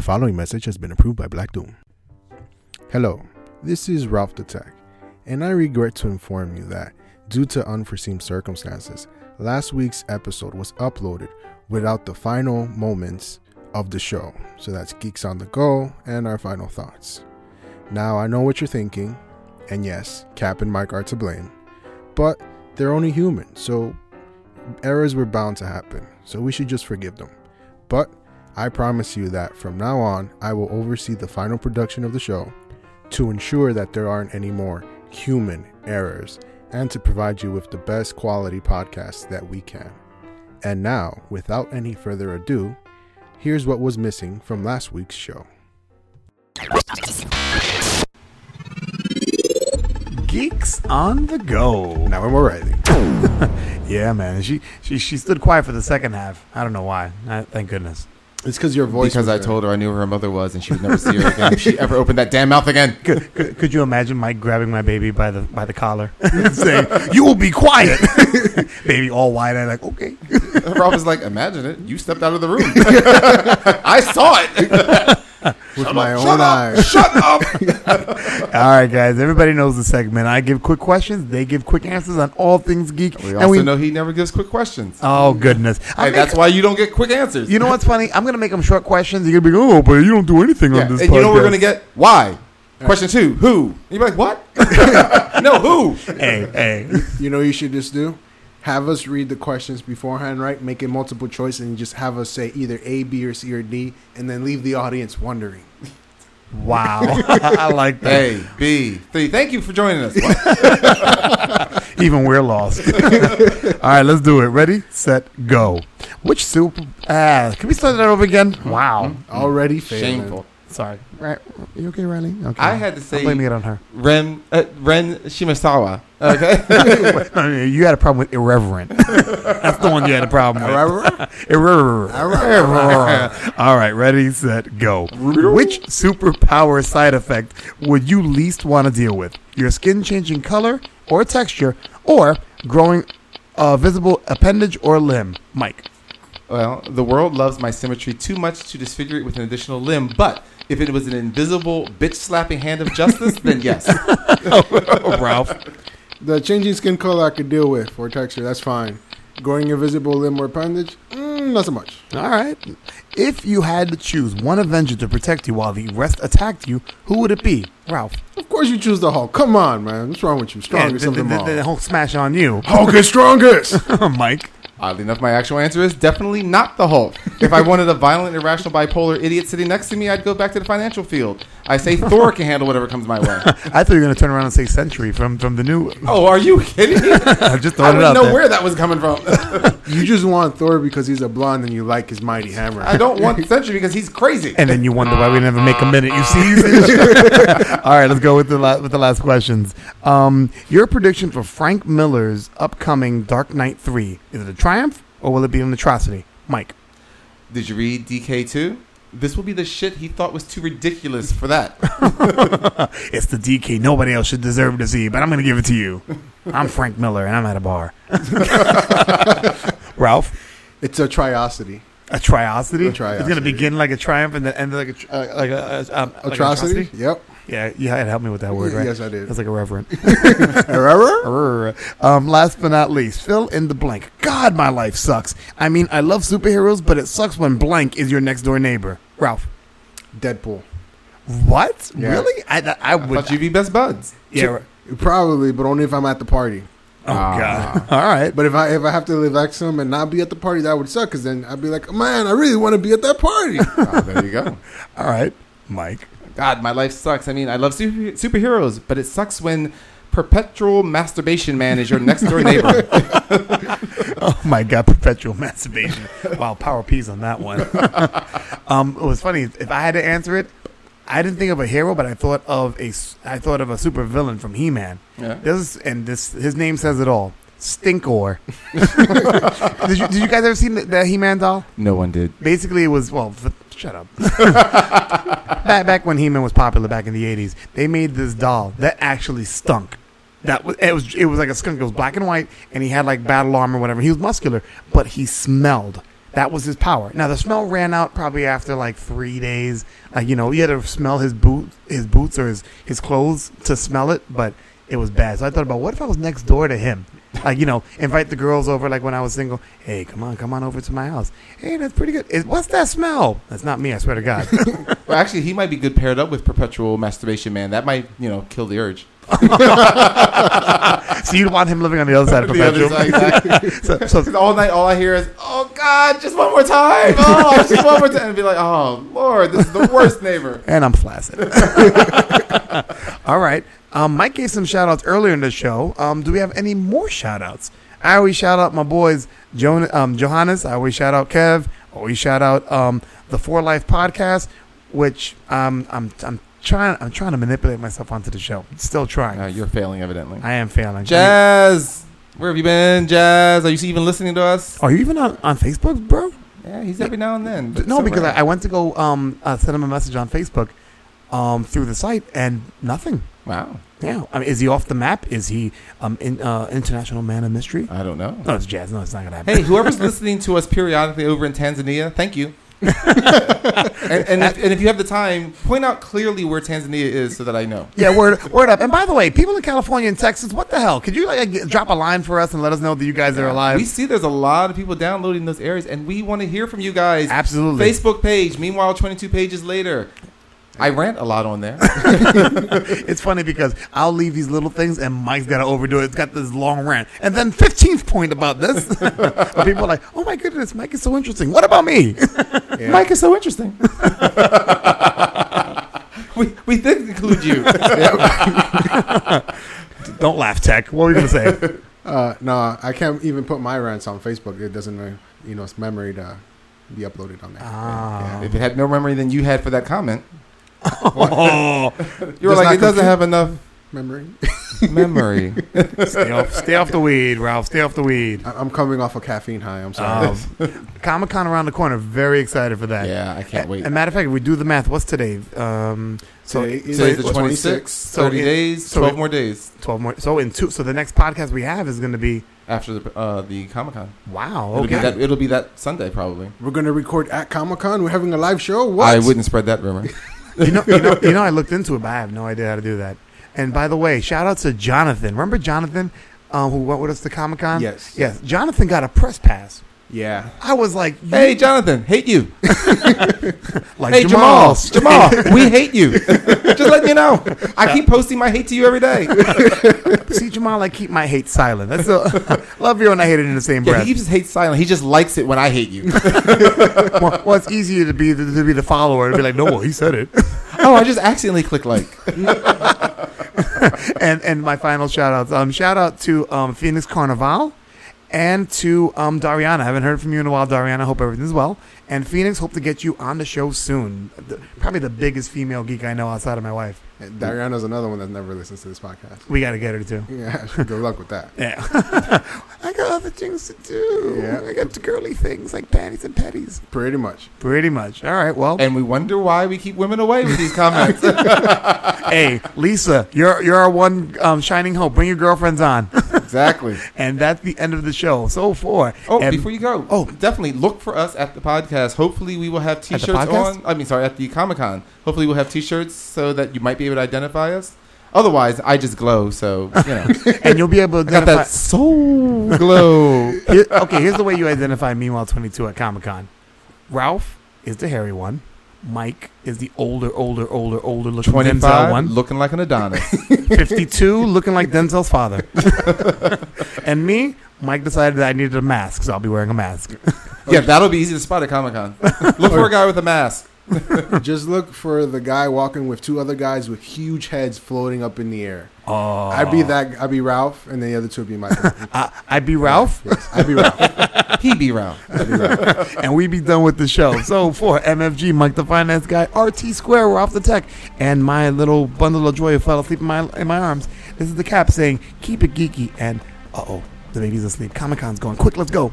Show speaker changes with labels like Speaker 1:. Speaker 1: following message has been approved by Black Doom. Hello, this is Ralph the Tech, and I regret to inform you that, due to unforeseen circumstances, last week's episode was uploaded without the final moments of the show. So that's Geeks on the Go and our final thoughts. Now, I know what you're thinking, and yes, Cap and Mike are to blame, but they're only human, so errors were bound to happen, so we should just forgive them. But I promise you that from now on, I will oversee the final production of the show to ensure that there aren't any more human errors and to provide you with the best quality podcast that we can. And now, without any further ado, here's what was missing from last week's show.
Speaker 2: Geeks on the go.
Speaker 1: Now I'm already.
Speaker 2: Yeah, man. She she she stood quiet for the second half. I don't know why. I, thank goodness.
Speaker 1: It's because your voice.
Speaker 3: because
Speaker 1: was
Speaker 3: I
Speaker 1: there.
Speaker 3: told her I knew who her mother was, and she would never see her again if she ever opened that damn mouth again.
Speaker 2: Could, could, could you imagine Mike grabbing my baby by the by the collar, and saying, "You will be quiet," baby, all wide eyed, like, "Okay."
Speaker 3: Rob was like, "Imagine it. You stepped out of the room. I saw it.
Speaker 1: with my own eyes.
Speaker 3: Shut up."
Speaker 2: All right, guys. Everybody knows the segment. I give quick questions. They give quick answers on all things geek.
Speaker 3: We
Speaker 2: and
Speaker 3: also know he never gives quick questions.
Speaker 2: Oh goodness! I
Speaker 3: and
Speaker 2: make-
Speaker 3: that's why you don't get quick answers.
Speaker 2: you know what's funny. I'm gonna make them short questions. You're gonna be, "Oh, but you don't do anything
Speaker 3: Yeah,
Speaker 2: on
Speaker 3: and
Speaker 2: this."
Speaker 3: you know what we're
Speaker 2: podcast."
Speaker 3: gonna get why. Question two, who? And you're like, what? no, who?
Speaker 2: Hey, hey.
Speaker 1: You know what you should just do? Have us read the questions beforehand, right? Make it multiple choice and just have us say either A, B, or C, or D, and then leave the audience wondering.
Speaker 2: Wow, I like that.
Speaker 3: A, B, three. Thank you for joining us. What?
Speaker 2: Even we're lost. All right, let's do it. Ready, set, go. Which super? Ah, can we start that over again? Wow.
Speaker 1: Already failing.
Speaker 3: Shameful.
Speaker 2: Sorry. Right. You okay, Riley? Okay.
Speaker 3: I had to say-
Speaker 2: I'm blaming it on her.
Speaker 3: Ren uh, Ren Shimasawa. Okay.
Speaker 2: No, no, you had a problem with irreverent. That's the one you had a problem with. Irreverent. Irreverent. All right. Ready, set, go. Which superpower side effect would you least want to deal with? Your skin changing color or texture, or growing a visible appendage or limb, Mike.
Speaker 3: Well, the world loves my symmetry too much to disfigure it with an additional limb, but if it was an invisible bitch slapping hand of justice, then yes.
Speaker 2: Oh, Ralph.
Speaker 1: The changing skin color I could deal with or texture, that's fine. Growing invisible limb or appendage, mm, not so much.
Speaker 2: All right. If you had to choose one Avenger to protect you while the rest attacked you, who would it be? Ralph.
Speaker 1: Of course, you choose the Hulk. Come on, man. What's wrong with you? Strongest
Speaker 2: the,
Speaker 1: of them
Speaker 2: the-
Speaker 1: all.
Speaker 2: the Hulk smash on you,
Speaker 1: Hulk is strongest.
Speaker 2: Oh, Mike.
Speaker 3: Oddly enough, my actual answer is definitely not the Hulk. If I wanted a violent, irrational, bipolar idiot sitting next to me, I'd go back to the financial field. I say Thor can handle whatever comes my way.
Speaker 2: I thought you were going to turn around and say Century from from the new.
Speaker 3: Oh, are you kidding me?
Speaker 2: I just
Speaker 3: I
Speaker 2: throwing it
Speaker 3: didn't
Speaker 2: out
Speaker 3: know
Speaker 2: there.
Speaker 3: where that was coming from.
Speaker 1: you just want Thor because he's a blonde and you like his mighty hammer.
Speaker 3: I don't want Century because he's crazy.
Speaker 2: and then you wonder why we never make a minute. You see? All right, let's go with the la- with the last questions. Um, your prediction for Frank Miller's upcoming Dark Knight Three is it a triumph or will it be an atrocity, Mike?
Speaker 3: Did you read DK2? This will be the shit he thought was too ridiculous for that.
Speaker 2: It's the DK nobody else should deserve to see, but I'm going to give it to you. I'm Frank Miller, and I'm at a bar. Ralph,
Speaker 1: It's a triosity.
Speaker 2: a
Speaker 1: A
Speaker 2: triosity. It's going to
Speaker 1: triosity.
Speaker 2: begin like a triumph and then end like a tr- uh, like a uh, um, like
Speaker 1: Atrocity? Yep.
Speaker 2: Yeah, you had to help me with that word,
Speaker 1: Y-
Speaker 2: right?
Speaker 1: yes, I did.
Speaker 2: That's like a reverend.
Speaker 1: Herrera?
Speaker 2: um, last but not least, fill in the blank. God, my life sucks. I mean, I love superheroes, but it sucks when blank is your next door neighbor. Ralph,
Speaker 1: Deadpool.
Speaker 2: what?
Speaker 1: Yeah.
Speaker 2: Really? I, I, I would.
Speaker 3: But you'd be best buds.
Speaker 2: yeah. right.
Speaker 1: Probably, but only if I'm at the party.
Speaker 2: Oh
Speaker 1: Ah.
Speaker 2: God. All right.
Speaker 1: But if I if I have to live like some and not be at the party, that would suck. Because then I'd be like, man, I really want to be at that party.
Speaker 3: Ah, there you go.
Speaker 2: All right, Mike.
Speaker 3: God, my life sucks. I mean, I love super- superheroes, but it sucks when perpetual masturbation man is your next door neighbor.
Speaker 2: Oh my god, perpetual masturbation. Wow, power P's on that one. um, it was funny. If I had to answer it, I didn't think of a hero, but I thought of a s- I thought of a super villain from He Man.
Speaker 3: Yeah.
Speaker 2: This is, and this his name says it all. Stinkor. did, you, did you guys ever see the, the He Man doll?
Speaker 3: No one did.
Speaker 2: Basically, it was well. F- shut up. back back when He Man was popular back in the eighties, they made this doll that actually stunk. That was it was it was like a skunk. It was black and white, and he had like battle armor, or whatever. He was muscular, but he smelled. That was his power. Now the smell ran out probably after like three days. Like you know, you had to smell his boot, his boots or his his clothes to smell it, but it was bad. So I thought about what if I was next door to him? Like you know, invite the girls over. Like when I was single, hey, come on, come on over to my house. Hey, that's pretty good. Is- what's that smell? That's not me. I swear to God.
Speaker 3: Well, actually, he might be good paired up with perpetual masturbation man. That might, you know, kill the urge.
Speaker 2: so you'd want him living on the other side of
Speaker 3: The other
Speaker 2: perpetual.
Speaker 3: side, exactly.
Speaker 2: So, so
Speaker 3: 'Cause all night, all I hear is, "Oh God, just one more time! Oh, just one more time!" And be like, "Oh Lord, this is the worst neighbor."
Speaker 2: and I'm flaccid. All right. Um, Mike gave some shout outs earlier in the show. Um, do we have any more shout outs? I always shout out my boys, Joan, um, Johannes. I always shout out Kev. Always shout out um, the Four Life podcast, which um, I'm, I'm trying I'm trying to manipulate myself onto the show. Still trying.
Speaker 3: Uh, you're failing, evidently.
Speaker 2: I am failing.
Speaker 3: Jazz, where have you been, Jazz? Are you even listening to us?
Speaker 2: Are you even on, on Facebook, bro?
Speaker 3: Yeah, he's every now and then. but
Speaker 2: no,
Speaker 3: so
Speaker 2: because
Speaker 3: rare.
Speaker 2: I, I went to go um, uh, send him a message on Facebook um, through the site and nothing.
Speaker 3: wow,
Speaker 2: Yeah, I mean, is he off the map? Is he um in, uh, international man of mystery?
Speaker 3: I don't know.
Speaker 2: No, it's jazz. No, it's not gonna happen.
Speaker 3: Hey, whoever's listening to us periodically over in Tanzania, thank you. and, and, if, and if you have the time, point out clearly where Tanzania is so that I know.
Speaker 2: Yeah, word word up. And by the way, people in California and Texas, what the hell? Could you like get- drop a line for us and let us know that you guys are alive?
Speaker 3: We see there's a lot of people downloading those areas, and we want to hear from you guys.
Speaker 2: Absolutely.
Speaker 3: Facebook page. Meanwhile, 22 pages later, I rant a lot on there.
Speaker 2: It's funny because I'll leave these little things and Mike's got to overdo it. It's got this long rant. And then 15th point about this. But people are like, oh my goodness, Mike is so interesting. What about me?
Speaker 3: Mike is so interesting. we, we did include you.
Speaker 2: Don't laugh, Tech. What were you going to say?
Speaker 1: Uh, no, I can't even put my rants on Facebook. It doesn't, uh, you know, it's memory to be uploaded on there.
Speaker 2: Ah.
Speaker 3: If it had no memory than you had for that comment,
Speaker 2: oh,
Speaker 3: you were
Speaker 1: Does not
Speaker 3: like, it doesn't
Speaker 1: compute.
Speaker 3: have enough
Speaker 1: Memory.
Speaker 3: memory.
Speaker 2: stay, off, stay off the weed, Ralph. Stay off the weed.
Speaker 1: I- I'm coming off a caffeine high. I'm sorry.
Speaker 3: Oh.
Speaker 2: Comic Con around the corner. Very excited for that.
Speaker 3: Um, yeah, I can't wait.
Speaker 2: As a matter of fact, if we do the math. What's today? Um, so
Speaker 1: Today is
Speaker 3: Today's the
Speaker 1: what,
Speaker 3: 26th,
Speaker 2: 26th,
Speaker 3: 30
Speaker 2: so it-
Speaker 3: days,
Speaker 2: so
Speaker 3: 12
Speaker 2: it-
Speaker 3: more days
Speaker 2: twelve more. So in two. So the next podcast we have is going to be
Speaker 3: after the, uh, the Comic Con.
Speaker 2: wow.
Speaker 3: It'll, be
Speaker 2: Okay.
Speaker 3: that- it'll be that Sunday, probably.
Speaker 1: We're going to record at Comic Con. We're having a live show. What?
Speaker 3: I wouldn't spread that rumor.
Speaker 2: you know, you know, you know. I looked into it, but I have no idea how to do that. And by the way, shout out to Jonathan. Remember Jonathan, um, who went with us to Comic Con?
Speaker 1: Yes.
Speaker 2: Yes. Jonathan got a press pass.
Speaker 1: Yeah.
Speaker 2: I was like,
Speaker 3: hey,
Speaker 2: you-
Speaker 3: Jonathan, hate you.
Speaker 2: like
Speaker 3: Hey, Jamal,
Speaker 2: Jamal's.
Speaker 3: Jamal, we hate you. Just let me know. I keep posting my hate to you every day.
Speaker 2: See, Jamal, I keep my hate silent. That's a, love you and I hate it in the same
Speaker 3: Yeah,
Speaker 2: breath.
Speaker 3: he just hates silent. He just likes it when I hate you.
Speaker 2: well, well, it's easier to be the, to be the follower and be like, no, well, he said it.
Speaker 3: oh, I just accidentally click like.
Speaker 2: and and my final shout outs. Um, shout out to um, Phoenix Carnival and to um, Dariana. I haven't heard from you in a while, Dariana. Hope everything's well. And Phoenix, hope to get you on the show soon. The- probably the biggest female geek I know outside of my wife.
Speaker 1: And Diana's another one that never listens to this podcast.
Speaker 2: We got to get her too.
Speaker 1: Yeah. Good luck with that.
Speaker 2: Yeah. I got other things to do.
Speaker 1: Yeah.
Speaker 2: I got the girly things like panties and petties.
Speaker 1: Pretty much.
Speaker 2: Pretty much. All right. Well,
Speaker 3: And we wonder why we keep women away with these comments.
Speaker 2: hey, Lisa, you're you're our one um, shining hope. Bring your girlfriends on.
Speaker 3: exactly.
Speaker 2: and that's the end of the show. So far.
Speaker 3: Oh,
Speaker 2: and
Speaker 3: before you go,
Speaker 2: Oh.
Speaker 3: definitely look for us at the podcast. Hopefully, we will have T-shirts
Speaker 2: podcast?
Speaker 3: on. I mean, sorry, at the Comic Con. Hopefully, we'll have T-shirts so that you might be able to identify us. Otherwise, I just glow. So you know,
Speaker 2: and you'll be able to
Speaker 3: I got
Speaker 2: identify.
Speaker 3: that soul glow.
Speaker 2: Here- okay, here's the way you identify Meanwhile 22 at Comic Con. Ralph is the hairy one. Mike is the older, older, older, older looking Denzel
Speaker 3: Twenty-five,
Speaker 2: one.
Speaker 3: looking like an Adonis.
Speaker 2: 52, looking like Denzel's father. and me, Mike decided that I needed a mask, so I'll be wearing a mask.
Speaker 3: yeah, that'll be easy to spot at Comic Con. Look for a guy with a mask.
Speaker 1: Just look for the guy walking with two other guys with huge heads floating up in the air.
Speaker 2: Oh.
Speaker 1: I'd be that. I'd be Ralph, and the other two would be Michael.
Speaker 2: I, I'd be Ralph,
Speaker 1: yes, I'd be Ralph.
Speaker 3: He be round.
Speaker 2: and we'd be done with the show. So for MFG, Mike the Finance Guy, RT Square, we're off the tech, and my little bundle of joy fell asleep in my in my arms. This is the cap saying, "Keep it geeky," and uh oh, the baby's asleep. Comic Con's going quick. Let's go.